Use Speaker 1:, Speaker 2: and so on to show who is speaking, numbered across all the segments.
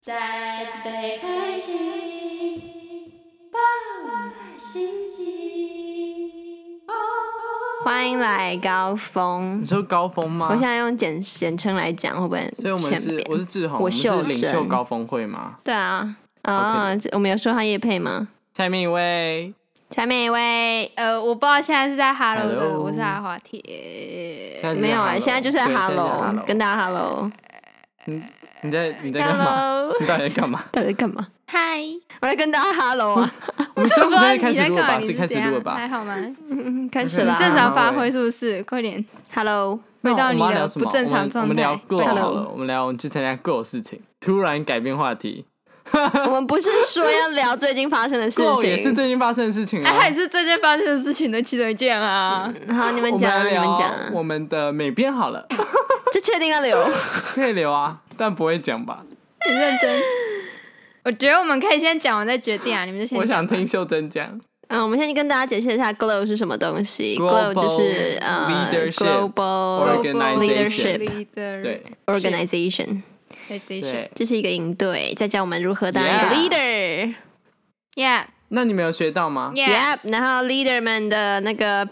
Speaker 1: 再次被开启，爆满心机。
Speaker 2: 欢迎来高峰
Speaker 3: 你。说高峰吗？
Speaker 2: 我现在用简简称来讲，会不会很
Speaker 3: 所以我们
Speaker 2: 欠
Speaker 3: 是
Speaker 2: 扁
Speaker 3: 我是志宏，
Speaker 2: 我
Speaker 3: 我们
Speaker 2: 秀
Speaker 3: 是领
Speaker 2: 珍
Speaker 3: 袖高峰会嘛。
Speaker 2: 对啊，嗯、这我们有说他叶配吗？
Speaker 3: 下面一位，
Speaker 2: 下面一位
Speaker 4: 呃，我不知道现在是在 Hello 的，
Speaker 3: Hello
Speaker 4: 我是阿华田。
Speaker 3: 现在是
Speaker 2: 没有啊，
Speaker 3: Hello
Speaker 2: 现在就是
Speaker 3: 对现在
Speaker 2: Hello，跟
Speaker 3: 跟
Speaker 2: 大家 Hello，Hello，
Speaker 3: 你在你在干嘛？你到底在 干嘛？
Speaker 2: 到底在干嘛？
Speaker 4: 嗨，
Speaker 2: 我在跟大家 Hello 啊，
Speaker 3: 我们
Speaker 4: 我
Speaker 3: 现
Speaker 4: 不
Speaker 3: 在
Speaker 4: 知
Speaker 3: 我
Speaker 4: 道
Speaker 3: 们现在
Speaker 4: 你
Speaker 3: 开始录
Speaker 4: 在干
Speaker 3: 了吧？是开始录了
Speaker 4: 嘛，你是怎样？
Speaker 3: 吧？
Speaker 4: 还好吗？你
Speaker 2: 嗯开始啦。
Speaker 3: 啊
Speaker 4: 正常发
Speaker 3: 好
Speaker 4: 挥
Speaker 3: 喂
Speaker 4: 是不是？快点，
Speaker 2: Hello，
Speaker 4: 回
Speaker 3: 那
Speaker 4: 到
Speaker 3: 我
Speaker 4: 你
Speaker 3: 们要
Speaker 4: 的
Speaker 3: 聊什
Speaker 4: 不
Speaker 3: 么？
Speaker 4: 正常
Speaker 3: 我
Speaker 4: 状
Speaker 3: 们我们聊
Speaker 4: 态。
Speaker 3: Go 好
Speaker 2: Hello
Speaker 3: 了，我们聊我们去参加 Go 的事情，突然改变话题。
Speaker 2: 我们不是说要聊最近发生的 事
Speaker 3: Go 哦也是
Speaker 2: 情，
Speaker 3: 最近发生的事情
Speaker 2: 啊
Speaker 4: 哎，还
Speaker 3: 哦。
Speaker 4: 是最近发生的事情的其中一 件啊。
Speaker 2: 好，你们
Speaker 3: 我们
Speaker 2: 讲，
Speaker 3: 来
Speaker 2: 你
Speaker 3: 聊
Speaker 2: 们
Speaker 3: 我
Speaker 2: 讲，啊
Speaker 3: 们的美编 好了，
Speaker 2: 这确定要留？
Speaker 3: 可以聊啊，但不会讲吧？
Speaker 4: 很认真。我觉得我们可以先讲完再决定啊，你们就先。
Speaker 3: 我想听。秀珍讲。
Speaker 2: 嗯，我们先跟大家解释一下 GLOW 是什么东西。GLOW
Speaker 3: Global
Speaker 2: 就是呃
Speaker 3: Leadership
Speaker 2: Global
Speaker 3: Organization
Speaker 4: leader
Speaker 3: 对
Speaker 2: Organization，
Speaker 4: leadership
Speaker 3: 对，
Speaker 2: 这是一个营队，再教我们如何当一个
Speaker 3: Yeah
Speaker 2: leader。
Speaker 4: yeah
Speaker 3: 那你们有学到吗？
Speaker 4: yeah
Speaker 2: Yep，然后 leader 们的那个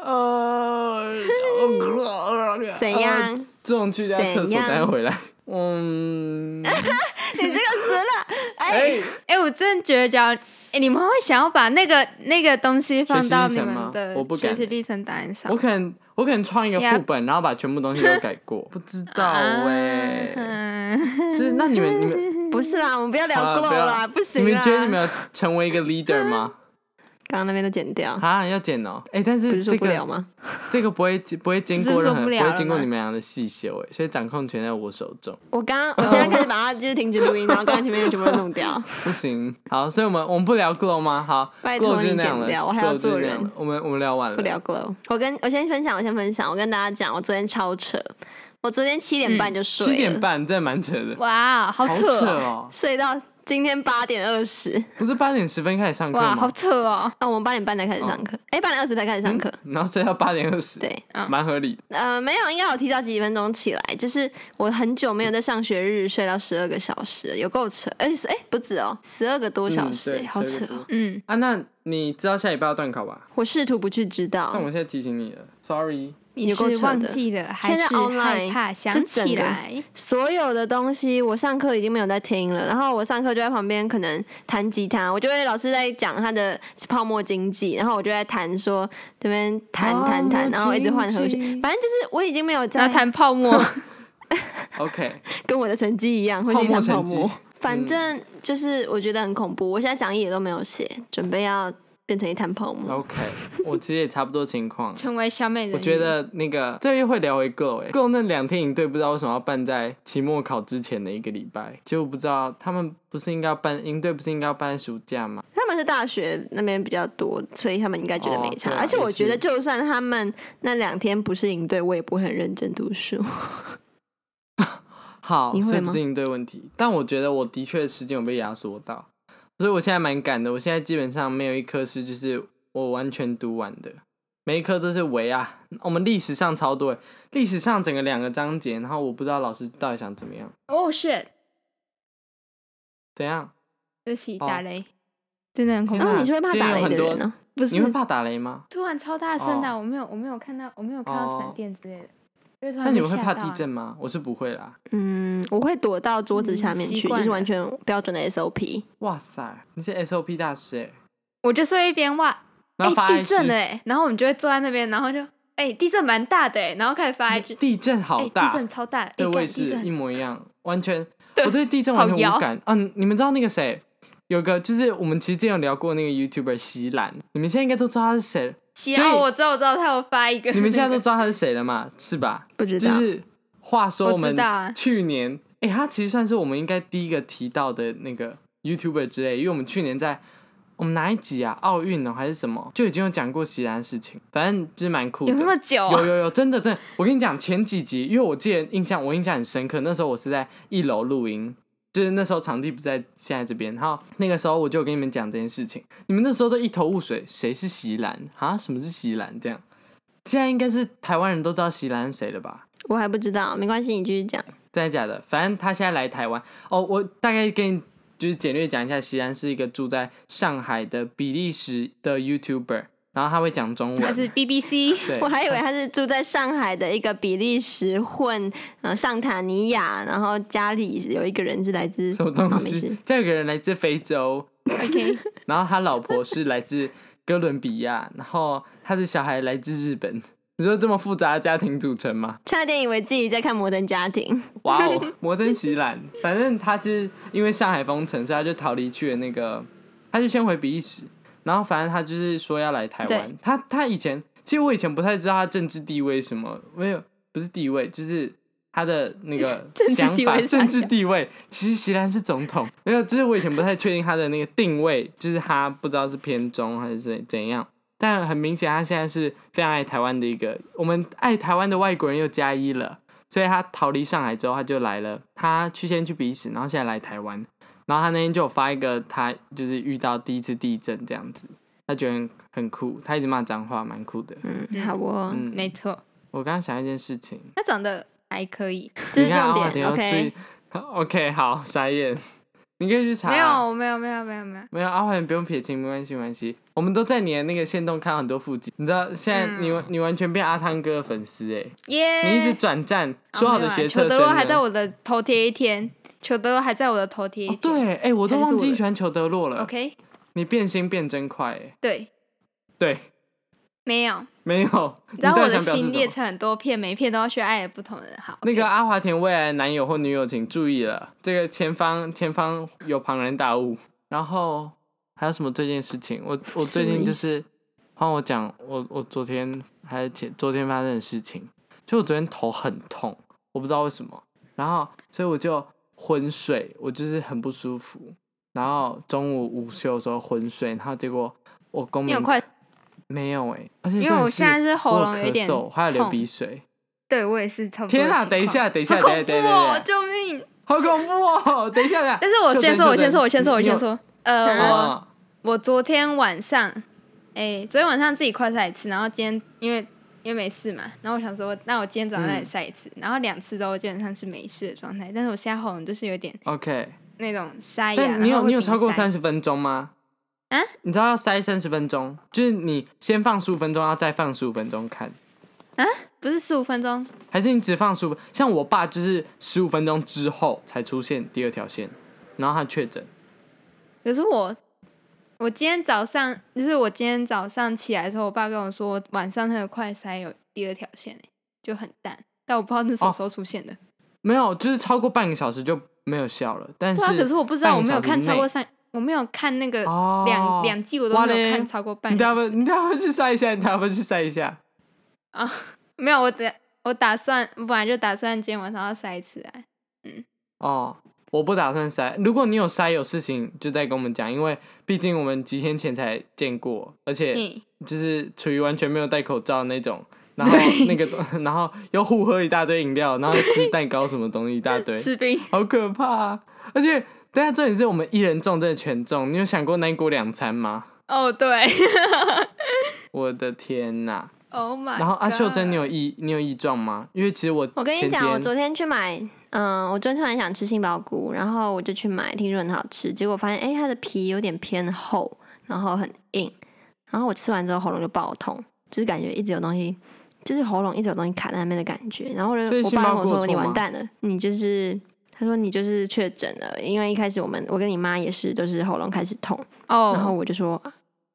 Speaker 3: 呃，
Speaker 2: 怎样
Speaker 3: 呃这种去家厕
Speaker 2: 怎
Speaker 3: 所
Speaker 2: 样
Speaker 3: 待回来，嗯，
Speaker 2: 你这个死了，哎，
Speaker 3: 哎，
Speaker 4: 哎，我真的觉得，假如哎，你们会想要把那个那个东西放到你们
Speaker 3: 学习历程吗
Speaker 4: 的
Speaker 3: 我不敢
Speaker 4: 学习历程档案上
Speaker 3: 我。可能我可能创一个
Speaker 4: Yeah
Speaker 3: 副本，然后把全部东西都改 过，不知道哎，
Speaker 4: 啊嗯，
Speaker 3: 就是那你们你 们
Speaker 2: 不是啦，我们不要聊
Speaker 3: 好了
Speaker 2: GLOW
Speaker 3: 啊要
Speaker 2: 啦，不
Speaker 3: 你
Speaker 2: 行啊啦。
Speaker 3: 们觉得你们有成为一个 leader 吗？
Speaker 2: 刚刚那边都剪掉，
Speaker 3: 啊，要剪哦，哎，但
Speaker 2: 不
Speaker 3: 是
Speaker 2: 是说
Speaker 3: 这
Speaker 2: 不聊
Speaker 3: 个
Speaker 2: 吗？
Speaker 3: 这个不会不会经
Speaker 4: 只是
Speaker 3: 过任
Speaker 4: 说
Speaker 3: 何
Speaker 4: 不
Speaker 3: 不
Speaker 4: 了
Speaker 3: 会
Speaker 4: 了
Speaker 3: 经过
Speaker 4: 吗
Speaker 3: 你们俩的细修，哎，所以掌控权在我手中，
Speaker 2: 我刚我现在开始把它就是停止录 音，然后刚刚前面全部都弄掉。
Speaker 3: 不行，好，所以我们我们不聊 glow 吗？好
Speaker 2: 拜托
Speaker 3: ，glow 就是
Speaker 2: 你
Speaker 3: 那样
Speaker 2: 剪
Speaker 3: 了
Speaker 2: 掉我还要
Speaker 3: ，glow 就是
Speaker 2: 做
Speaker 3: 那样
Speaker 2: 人
Speaker 3: 了我们我们聊完了，
Speaker 2: 不聊 glow。我跟我先分享，我先分享，我跟大家讲，我昨天超扯，我昨天七点半就睡了，
Speaker 3: 七点半，真的蛮扯的，
Speaker 4: 哇，好
Speaker 3: 好
Speaker 4: 扯
Speaker 3: 扯
Speaker 4: 哦，
Speaker 3: 哦！
Speaker 2: 睡到今天八点二十。
Speaker 3: 不是八点十分开始上课
Speaker 4: 哇，好
Speaker 3: 吗？
Speaker 4: 扯哦，
Speaker 2: 啊，我们八点半才开始上
Speaker 3: 哦
Speaker 2: 课，哎、八点二十才开始上课。
Speaker 3: 然后睡到八点二十，
Speaker 2: 对，
Speaker 4: 嗯
Speaker 3: 蛮合理的。
Speaker 2: 呃，没有，应该有提早几分钟起来，就是我很久没有在上学日睡到十二个小时了，有够扯，哎、是哎、不止哦，十二个多小时，
Speaker 3: 嗯
Speaker 2: 哎
Speaker 3: 对
Speaker 2: 好扯
Speaker 3: 12个
Speaker 2: 哦
Speaker 3: 多。
Speaker 4: 嗯，
Speaker 3: 啊，那你知道下礼拜要断考吧？
Speaker 2: 我试图不去知
Speaker 3: 那
Speaker 2: 道
Speaker 3: 我，现在提醒你了，sorry。
Speaker 4: 你
Speaker 2: 有够
Speaker 4: 是
Speaker 2: 扯
Speaker 4: 忘
Speaker 2: 的
Speaker 4: 记了还
Speaker 2: 现
Speaker 4: 是
Speaker 2: 在 online，
Speaker 4: 害怕想
Speaker 2: 就整
Speaker 4: 起
Speaker 2: 个
Speaker 4: 来？
Speaker 2: 所有的东西我上课已经没有在听了，然后我上课就在旁边可能弹吉他，我就会老师在讲他的泡沫经济，然后我就在弹说这边弹弹弹，然后一直换和弦，反正就是我已经没有
Speaker 4: 然
Speaker 2: 在
Speaker 4: 后谈泡沫，
Speaker 3: OK，
Speaker 2: 跟我的成绩一样会
Speaker 3: 泡
Speaker 2: 去
Speaker 3: 沫
Speaker 2: 弹泡
Speaker 3: 成 绩
Speaker 2: 沫。，反
Speaker 3: 嗯
Speaker 2: 正就是我觉得很恐怖，我现在讲义也都没有写，准备要变成一滩泡沫。
Speaker 3: OK，我其实也差不多情 况
Speaker 4: 。成为小美人鱼。
Speaker 3: 我觉得那个这又会聊回 Go 哎、Go 那两天营队不知道为什么要办在期末考之前的一个礼拜，结果不知道他们不是应该要办营队不是应该要办暑假吗？
Speaker 2: 他们是大学那边比较多，所以他们应该觉得没差。
Speaker 3: 哦对啊
Speaker 2: 而且我觉得，
Speaker 3: 也是
Speaker 2: 就算他们那两天不是营队，我也不会很认真读书。
Speaker 3: 好，
Speaker 2: 你会
Speaker 3: 所以不
Speaker 2: 吗
Speaker 3: 是应对问题，但我觉得我的确时间有被压缩到，所以我现在蛮赶的。我现在基本上没有一科是就是我完全读完的，每一科都是围啊。我们历史上超多耶，历史上整个两个章节，然后我不知道老师到底想怎么样，
Speaker 4: 哦是，
Speaker 3: 怎样？
Speaker 4: 对不起，
Speaker 3: 哦
Speaker 4: 打雷，真的很恐
Speaker 3: 天
Speaker 4: 怖
Speaker 2: 然。哦
Speaker 3: 哪
Speaker 2: 后你是会怕
Speaker 3: 今天
Speaker 2: 打
Speaker 3: 有
Speaker 2: 雷的
Speaker 3: 很多
Speaker 2: 人呢、哦
Speaker 4: 不是
Speaker 3: 你会怕打雷吗？
Speaker 4: 突然超大声的，
Speaker 3: 哦
Speaker 4: 我没有，我没有看到，我没有看到闪电之类的。就突然
Speaker 3: 那你们会
Speaker 4: 被吓
Speaker 3: 怕
Speaker 4: 到
Speaker 3: 地
Speaker 4: 啊？
Speaker 3: 震吗？我是不会啦。
Speaker 2: 嗯，我会躲到桌子下面
Speaker 4: 嗯习
Speaker 2: 去，
Speaker 4: 惯
Speaker 2: 就
Speaker 4: 了
Speaker 2: 是完全标准的 SOP。
Speaker 3: 哇塞，你是 SOP 大师哎，
Speaker 4: 我就睡一边哇，
Speaker 3: 然后发
Speaker 4: 地
Speaker 3: IG，、
Speaker 4: 震了哎，然后我们就会坐在那边，然后就哎、地震蛮大的哎，然后开始发 IG，
Speaker 3: 地震好
Speaker 4: 哎、
Speaker 3: 大，
Speaker 4: 地震超大，哎、
Speaker 3: 对，我
Speaker 4: 干
Speaker 3: 也
Speaker 4: 地
Speaker 3: 是
Speaker 4: 震
Speaker 3: 一模一样，完全
Speaker 4: 对
Speaker 3: 我对地震
Speaker 4: 好
Speaker 3: 完全
Speaker 4: 摇
Speaker 3: 无感。嗯、你们知道那个谁，有个就是我们其实之前有聊过那个 YouTuber 席兰，你们现在应该都知道他是 谁了，
Speaker 4: 行
Speaker 3: 所以
Speaker 4: 哦，我知道，我知道，他有发一个、
Speaker 3: 你们现在 都知道他是谁了嘛？是吧？
Speaker 2: 不知
Speaker 3: 就
Speaker 2: 道，
Speaker 3: 是话说
Speaker 4: 我
Speaker 3: 我
Speaker 4: 知
Speaker 3: 们
Speaker 4: 道啊
Speaker 3: 去年，哎、他其实算是我们应该第一个提到的那个 YouTuber 之类，因为我们去年在。我们哪一集啊？奥运哦，还是什么？就已经有讲过席兰的事情，反正就是蛮酷的。
Speaker 4: 有那么
Speaker 2: 哦
Speaker 4: 久、
Speaker 3: 有
Speaker 4: 啊，
Speaker 3: 有有，真的真的，我跟你讲前几集，因为我记得印象，我印象很深刻。那时候我是在一楼录音，就是那时候场地不在现在这边，然后那个时候我就有跟你们讲这件事情，你们那时候都一头雾水，谁是席兰啊？什么是席兰？这样，现在应该是台湾人都知道席兰是谁了吧？
Speaker 2: 我还不知道，没关系，你继续讲。
Speaker 3: 真的假的？反正他现在来台湾哦，我大概跟你就是简略讲一下，席兰是一个住在上海的比利时的 YouTuber，然后他会讲中
Speaker 4: 他
Speaker 3: 文，
Speaker 4: 是 BBC，
Speaker 3: 对
Speaker 2: 我，还以为他是住在上海的一个比利时混呃上塔尼亚，然后家里有一个人是来自
Speaker 3: 什么东
Speaker 2: 好没事
Speaker 3: 西？再有个人来自非洲，
Speaker 4: OK，
Speaker 3: 然后他老婆是来自哥伦比亚，然后他的小孩来自日本。 你说这么复杂的家庭组成吗？
Speaker 2: 差点以为自己在看《摩登家庭》。
Speaker 3: 哇哦，摩登席兰，反正他是因为上海封城，所以他就逃离去了那个，他就先回比利时，然后反正他就是说要来台湾
Speaker 4: 对。
Speaker 3: 他他以前其实我以前不太知道他政治地位什么，没有不是地位，就是他的那个
Speaker 4: 政治
Speaker 3: 想
Speaker 4: 地
Speaker 3: 法、
Speaker 4: 位是啥
Speaker 3: 政治地位。其实席兰是总统，没有，就是我以前不太确定他的那个定位，就是他不知道是偏中还是怎怎样。但很明显，他现在是非常爱台湾的一个，我们爱台湾的外国人又加一了。所以他逃离上海之后，他就来了，他去先去比利时，然后现在来台湾。然后他那天就有发一个，他就是遇到第一次地震这样子，他觉得很很酷，他一直骂脏话，蛮酷的。
Speaker 2: 嗯，好哦，
Speaker 3: 嗯
Speaker 4: 没错，
Speaker 3: 我刚刚想一件事情，
Speaker 4: 他长得还 可以，
Speaker 2: 这是
Speaker 3: 你看阿
Speaker 2: 重
Speaker 3: 华田
Speaker 2: 点。
Speaker 3: 要注
Speaker 2: OK，
Speaker 3: 意 OK，好，傻眼，你可以去查。啊
Speaker 4: 没有，没有，没有，没有，没有，
Speaker 3: 没有阿华田不用撇清，没关系，没关系。我们都在你的那个线动看到很多腹肌，你知道现在
Speaker 4: 嗯
Speaker 3: 你、完你完全变阿汤哥的粉丝哎、
Speaker 4: 耶！
Speaker 3: 你一直转战，
Speaker 4: 哦
Speaker 3: 说好的学测
Speaker 4: 裘德
Speaker 3: 生
Speaker 4: 洛
Speaker 3: 呢
Speaker 4: 啊还在我的头贴一天，裘德洛还在我的头贴一
Speaker 3: 哦，啊
Speaker 4: 天。
Speaker 3: 对，哎、我都
Speaker 4: 还是
Speaker 3: 忘
Speaker 4: 我
Speaker 3: 记
Speaker 4: 的
Speaker 3: 喜欢裘德洛了。
Speaker 4: OK，
Speaker 3: 你变心变真快哎，
Speaker 4: 对，
Speaker 3: 对，
Speaker 4: 没有。
Speaker 3: 没有。你
Speaker 4: 然后
Speaker 3: 到
Speaker 4: 我
Speaker 3: 底
Speaker 4: 的
Speaker 3: 想表示
Speaker 4: 心
Speaker 3: 什
Speaker 4: 列
Speaker 3: 么
Speaker 4: 成很多片，每一片都要去爱的不同的人。好，
Speaker 3: 那个阿华田未来男友或女友，请注意了，这个前方前方有庞然大物。然后还有什么最近的事情？我我最近就是换我讲，我我昨天还是前昨天发生的事情，就我昨天头很痛，我不知道为什么，然后所以我就昏睡，我就是很不舒服。然后中午午休的时候昏睡，然后结果我公
Speaker 4: 你
Speaker 3: 民
Speaker 4: 有快？
Speaker 3: 没有哎、而且
Speaker 4: 因为
Speaker 3: 重点
Speaker 4: 我现在是喉
Speaker 3: 我
Speaker 4: 咙有一
Speaker 3: 咳
Speaker 4: 点
Speaker 3: 嗽还有流
Speaker 4: 痛
Speaker 3: 鼻水。
Speaker 4: 对我也是差不多的
Speaker 3: 天
Speaker 4: 情
Speaker 3: 啊！
Speaker 4: 况。
Speaker 3: 等一下，等一下，
Speaker 4: 好
Speaker 3: 等一下，
Speaker 4: 恐
Speaker 3: 等一下，等一
Speaker 4: 怖哦！
Speaker 3: 下
Speaker 4: 救命！
Speaker 3: 好恐怖哦！等一下，等一下。
Speaker 4: 但是我
Speaker 3: 秀
Speaker 4: 先
Speaker 3: 珍
Speaker 4: 说，我先说，我先说，我。
Speaker 3: 秀珍
Speaker 4: 先说。呃，我
Speaker 3: 哦
Speaker 4: 我昨天晚上，哎、昨天晚上自己快晒一次，然后今天因为因为没事嘛，然后我想说，那我今天早上再
Speaker 3: 嗯
Speaker 4: 晒一次，然后两次都基本上是没事的状态，但是我现在喉咙就是有点
Speaker 3: OK，
Speaker 4: 那种沙哑。
Speaker 3: 但你
Speaker 4: 哎然
Speaker 3: 有
Speaker 4: 后会
Speaker 3: 你有
Speaker 4: 鼻
Speaker 3: 超过
Speaker 4: 塞
Speaker 3: 三十分钟吗？
Speaker 4: 啊？
Speaker 3: 你知道要塞三十分钟，就是你先放十五分钟，然后再放十五分钟看，
Speaker 4: 啊不是十五分钟，
Speaker 3: 还是你只放十五？像我爸就是十五分钟之后才出现第二条线，然后他确诊。
Speaker 4: 可是我，我今天早上就是我今天早上起来的时候，我爸跟我说，我晚上那个快塞有第二条线、欸，就很淡，但我不知道那什
Speaker 3: 哦
Speaker 4: 么时候出现的。
Speaker 3: 没有，就是超过半个小时就没有效了。但是
Speaker 4: 对啊，可是我不知道，
Speaker 3: 半
Speaker 4: 我
Speaker 3: 个
Speaker 4: 没有
Speaker 3: 小时
Speaker 4: 看超过
Speaker 3: 内
Speaker 4: 三，我没有看那个
Speaker 3: 哦
Speaker 4: 两两、季，我都
Speaker 3: 哇
Speaker 4: 没
Speaker 3: 嘞
Speaker 4: 有看超过半
Speaker 3: 你待
Speaker 4: 小
Speaker 3: 会
Speaker 4: 时。
Speaker 3: 你待会去晒一下，你待会去晒一下。
Speaker 4: 没有，我只我打算，我本来就打算今天晚上要塞一次啊。
Speaker 3: 哦，我不打算塞。如果你有塞有事情，就再跟我们讲，因为毕竟我们几天前才见过，而且
Speaker 4: 嗯，
Speaker 3: 就是处于完全没有戴口罩那种。然后那个， 然后又互喝一大堆饮料，然后吃蛋糕什么东西一大堆，
Speaker 4: 吃冰，
Speaker 3: 好可怕、啊！而且，等一下重点是我们一人中真的全中，你有想过那一锅两餐吗？
Speaker 4: 哦对
Speaker 3: 我的天呐！
Speaker 4: ，Oh my。
Speaker 3: 然后阿秀珍，你有异你有异状吗？因为其实我
Speaker 2: 我跟你
Speaker 3: 前几
Speaker 2: 讲，我
Speaker 3: 天
Speaker 2: 昨天去买，嗯，我昨天突然想吃杏鲍菇，然后我就去买，听说很好吃，结果发现哎、诶它的皮有点偏厚，然后很硬，然后我吃完之后喉咙就爆痛，就是感觉一直有东西，就是喉咙一直有东西卡在那边的感觉。然后我
Speaker 3: 所以
Speaker 2: 就我
Speaker 3: 杏
Speaker 2: 爸
Speaker 3: 鲍
Speaker 2: 跟
Speaker 3: 菇
Speaker 2: 我
Speaker 3: 有
Speaker 2: 说
Speaker 3: 错
Speaker 2: 你完
Speaker 3: 吗
Speaker 2: 蛋了，你就是。他说你就是确诊了，因为一开始我们我跟你妈也是，都是喉咙开始痛，然后
Speaker 4: 哦，
Speaker 2: 我就说，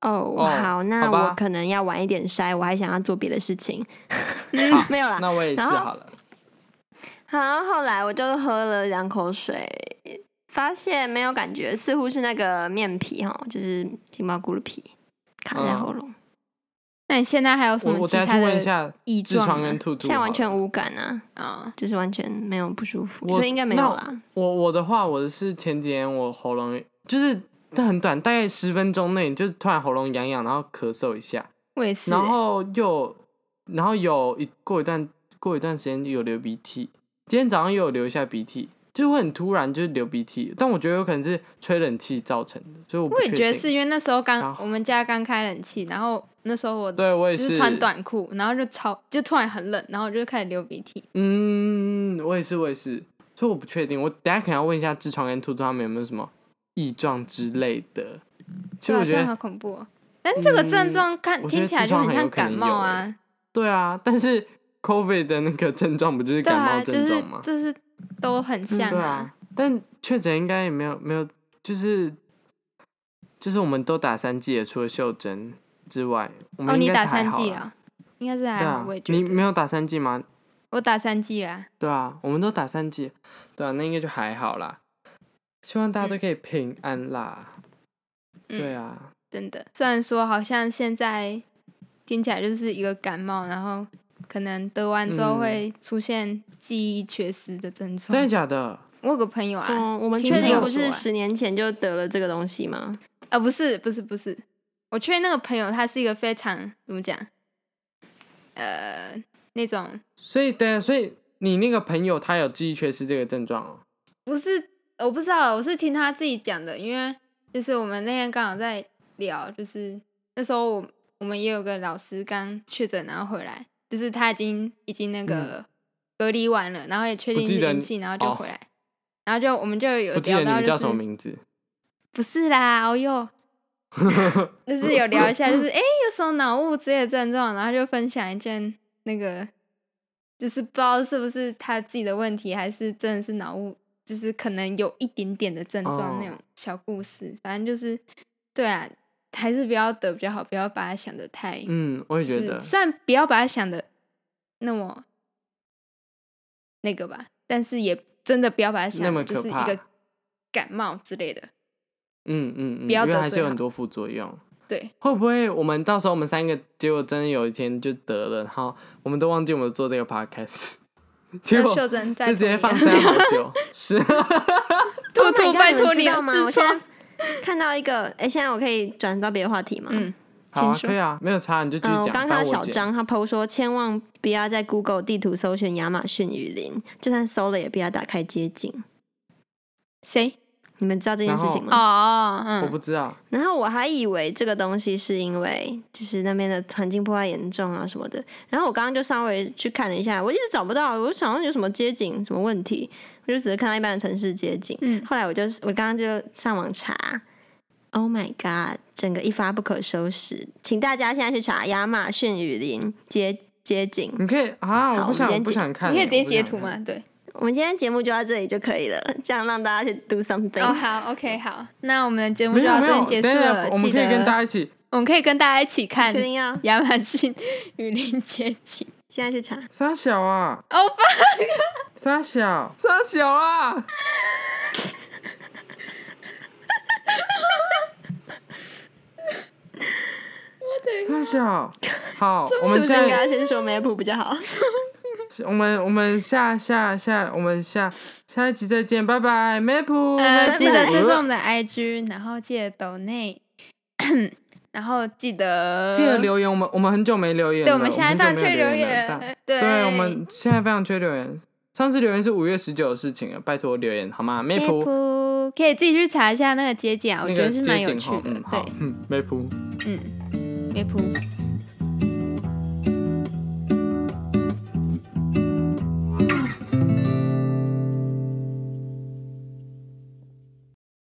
Speaker 2: 哦，
Speaker 3: 哦
Speaker 2: 好，那
Speaker 3: 好吧
Speaker 2: 我可能要晚一点筛，我还想要做别的事情，
Speaker 3: 好
Speaker 2: 没有啦。
Speaker 3: 那我也是
Speaker 2: 然后
Speaker 3: 好了，
Speaker 2: 好，然后后来我就喝了两口水，发现没有感觉，似乎是那个面皮哈，就是杏鲍菇的皮卡在喉咙，
Speaker 4: 那你现在还有什
Speaker 3: 我
Speaker 4: 么
Speaker 3: 我
Speaker 4: 其
Speaker 3: 等一下
Speaker 4: 他
Speaker 3: 去问一
Speaker 4: 的
Speaker 3: 下
Speaker 4: 异
Speaker 3: 痔疮
Speaker 4: 状
Speaker 3: 跟
Speaker 4: 吗？
Speaker 3: 兔兔
Speaker 2: 啊现在
Speaker 3: 好了。
Speaker 2: 完全无感啊，
Speaker 4: 啊，
Speaker 2: 就是完全没有不舒服，
Speaker 3: 我
Speaker 2: 所以应该没有
Speaker 3: 那
Speaker 2: 啦。
Speaker 3: 我我的话，我的是前几天我喉咙就是但很短，大概十分钟内就突然喉咙痒痒，然后咳嗽一下，
Speaker 4: 我也是欸。
Speaker 3: 然后又然后有一过一段过一段时间有流鼻涕，今天早上又有流一下鼻涕，就会很突然就是流鼻涕，但我觉得有可能是吹冷气造成的，所以我不
Speaker 4: 我也
Speaker 3: 确
Speaker 4: 觉得
Speaker 3: 定
Speaker 4: 是因为那时候
Speaker 3: 然
Speaker 4: 刚
Speaker 3: 后
Speaker 4: 我们家刚开冷气，然后那时候我
Speaker 3: 对我也
Speaker 4: 就是穿短裤，然后就超就突然很冷，然后我就开始流鼻涕。
Speaker 3: 嗯，我也是，我也是，所以我不确定，我等一下可能要问一下痔疮跟兔兔他们有没有什么异状之类的。其实
Speaker 4: 对啊
Speaker 3: 我觉
Speaker 4: 这样
Speaker 3: 得嗯
Speaker 4: 好恐怖、哦。但这个症状看、
Speaker 3: 我觉
Speaker 4: 听
Speaker 3: 得
Speaker 4: 起来
Speaker 3: 痔
Speaker 4: 就
Speaker 3: 疮
Speaker 4: 很
Speaker 3: 很
Speaker 4: 像
Speaker 3: 有可能
Speaker 4: 感冒
Speaker 3: 有
Speaker 4: 啊，
Speaker 3: 对啊， 但是 COVID 的那个症状不就是
Speaker 4: 对
Speaker 3: 感
Speaker 4: 啊，
Speaker 3: 冒
Speaker 4: 就
Speaker 3: 症
Speaker 4: 是
Speaker 3: 状吗？
Speaker 4: 就是都很像
Speaker 3: 对
Speaker 4: 啊。
Speaker 3: 啊，但确诊应该也没有没有，就是就是我们都打三剂了，除了袖珍之外，我
Speaker 4: 哦，
Speaker 3: 们
Speaker 4: 你
Speaker 3: 应该
Speaker 4: 打
Speaker 3: 是还
Speaker 4: 三
Speaker 3: 好
Speaker 4: 剂
Speaker 3: 啦？
Speaker 4: 了，应该是还
Speaker 3: 对
Speaker 4: 好，
Speaker 3: 啊
Speaker 4: 我也，觉
Speaker 3: 你没
Speaker 4: 得。
Speaker 3: 有打三剂吗？
Speaker 4: 我打三剂啦，
Speaker 3: 对啊，我们都打三剂，对啊，那应该就还好啦。希望大家都可以平安啦。
Speaker 4: 嗯
Speaker 3: 对啊，
Speaker 4: 真的。虽然说好像现在听起来就是一个感冒，然后可能得完之后
Speaker 3: 嗯
Speaker 4: 会出现记忆缺失的症状
Speaker 3: 真。的假的？
Speaker 4: 我有个朋友
Speaker 3: 哦
Speaker 4: 啊，
Speaker 2: 嗯，我们
Speaker 4: 听
Speaker 2: 确定
Speaker 3: 说
Speaker 2: 不是
Speaker 4: 过
Speaker 2: 十年前就得了这个东西吗？
Speaker 4: 呃，不是，不是，不是，我确认那个朋友他是一个非常怎么讲，呃，那种
Speaker 3: 所以对啊，所以你那个朋友他有记忆缺失这个症状哦。
Speaker 4: 不是，我不知道，我是听他自己讲的，因为就是我们那天刚好在聊，就是那时候我我们也有个老师刚确诊，然后回来，就是他已经已经那个隔离完了，然后也确
Speaker 3: 嗯不
Speaker 4: 定是
Speaker 3: 记得
Speaker 4: 阴
Speaker 3: 你
Speaker 4: 性，然后就
Speaker 3: 哦
Speaker 4: 回来，然后就我们就有
Speaker 3: 不记得
Speaker 4: 呃聊
Speaker 3: 你
Speaker 4: 到
Speaker 3: 们
Speaker 4: 就
Speaker 3: 叫
Speaker 4: 是
Speaker 3: 什么名字？
Speaker 4: 不是啦，哦哟，就是有聊一下，就是哎、诶有什么脑雾之类的症状，然后就分享一件那个，就是不知道是不是他自己的问题，还是真的是脑雾，就是可能有一点点的症状
Speaker 3: 哦
Speaker 4: 那种小故事，反正就是对啊，还是不要得比较好，不要把它想的太，
Speaker 3: 嗯，我也
Speaker 4: 就
Speaker 3: 觉
Speaker 4: 是
Speaker 3: 得。
Speaker 4: 虽然不要把它想的那么那个吧，但是也真的不要把它
Speaker 3: 那
Speaker 4: 想
Speaker 3: 么
Speaker 4: 的就
Speaker 3: 可
Speaker 4: 是一
Speaker 3: 怕
Speaker 4: 个感冒之类的，
Speaker 3: 嗯嗯嗯，
Speaker 4: 不要
Speaker 3: 因为
Speaker 4: 得
Speaker 3: 还是
Speaker 4: 罪
Speaker 3: 有
Speaker 4: 好
Speaker 3: 很多副作用。
Speaker 4: 对。
Speaker 3: 会不会我们到时候我们三个结果真的有一天就得了，然后我们都忘记我们做这个 podcast，结
Speaker 4: 那
Speaker 3: 果
Speaker 4: 秀珍在
Speaker 3: 就直接
Speaker 4: 旁
Speaker 3: 放
Speaker 4: 边
Speaker 3: 生好久，是 啊
Speaker 4: 兔
Speaker 2: Oh my
Speaker 4: 兔，
Speaker 2: God，
Speaker 4: 拜托
Speaker 2: 们知
Speaker 4: 了
Speaker 2: 道吗？我
Speaker 4: 自
Speaker 2: 现
Speaker 4: 从
Speaker 2: 在看到一个，哎、现在我可以转到别的话题吗？
Speaker 4: 嗯，
Speaker 3: 好啊，
Speaker 4: 请说
Speaker 3: 可以啊，没有差，你就继续
Speaker 2: 嗯，
Speaker 3: 讲。
Speaker 2: 我刚
Speaker 3: 反
Speaker 2: 看到
Speaker 3: 正
Speaker 2: 小
Speaker 3: 剪，
Speaker 2: 张他 PO 说，千万不要在 Google 地图搜寻亚马逊雨林，就算搜了也不要打开街景。
Speaker 4: 谁？
Speaker 2: 你们知道这件事情吗？
Speaker 4: 哦，
Speaker 3: 嗯我
Speaker 4: 嗯，
Speaker 3: 不知道，
Speaker 2: 然后我还以为这个东西是因为就是那边的环境破坏严重啊什么的。然后我刚刚就稍微去看了一下，我一直找不到，我就想说有什么街景什么问题，我就只是看到一般的城市街景。
Speaker 4: 嗯
Speaker 2: 后来我就我刚刚就上网查，Oh my god，整个一发不可收拾，请大家现在去查亚马逊雨林街街景。
Speaker 3: 你可以啊，
Speaker 2: 好
Speaker 3: 我不
Speaker 2: 我们今
Speaker 3: 想，我
Speaker 2: 天
Speaker 3: 不
Speaker 2: 剪
Speaker 3: 想看欸，
Speaker 4: 你可以直接
Speaker 3: 我不想
Speaker 4: 截图
Speaker 3: 看？
Speaker 4: 嘛？对，
Speaker 2: 我们今天节目就到这里就可以了，这样让大家去 do something。
Speaker 4: 哦，好，OK，好，那我们的节目
Speaker 3: 没
Speaker 4: 就
Speaker 3: 有
Speaker 4: 到
Speaker 3: 没
Speaker 4: 这边
Speaker 3: 有，
Speaker 4: 结
Speaker 3: 等
Speaker 4: 束
Speaker 3: 一
Speaker 4: 了
Speaker 3: 下，。我们
Speaker 4: 记
Speaker 3: 可以跟
Speaker 4: 得
Speaker 3: 大家一起，
Speaker 4: 我们可以跟大家一起看
Speaker 2: 确定要
Speaker 4: 亚马逊雨林街景。
Speaker 2: 现在去查？
Speaker 3: 傻小啊，
Speaker 4: 哦，
Speaker 3: 傻小，傻小啊，傻小，好，我们
Speaker 2: 是不是
Speaker 3: 现
Speaker 2: 应
Speaker 3: 在
Speaker 2: 该先说 map 比较好？
Speaker 3: 我们我们下下下，我们下下一集再见，拜拜，Map，
Speaker 4: 呃，记得
Speaker 2: 拜
Speaker 4: 追踪我们的 IG，然后记得抖内， 然后记得
Speaker 3: 记得留言，我们我们很久没留言了，
Speaker 4: 对，我们现在
Speaker 3: 很
Speaker 4: 放
Speaker 3: 久没
Speaker 4: 缺
Speaker 3: 有
Speaker 4: 留
Speaker 3: 言了，
Speaker 4: 言，
Speaker 3: 但对，我们现在非常缺留言。上次留言是五月十九的事情了，拜托留言好吗？Map
Speaker 4: 普可以自己去查一下那个街景啊，我
Speaker 3: 那
Speaker 4: 觉
Speaker 3: 个
Speaker 4: 得是
Speaker 3: 街
Speaker 4: 蛮有
Speaker 3: 景
Speaker 4: 趣
Speaker 3: 号，嗯
Speaker 4: 的
Speaker 3: 嗯，。好
Speaker 4: 对，，
Speaker 3: 嗯，Map。
Speaker 4: 嗯，梅普，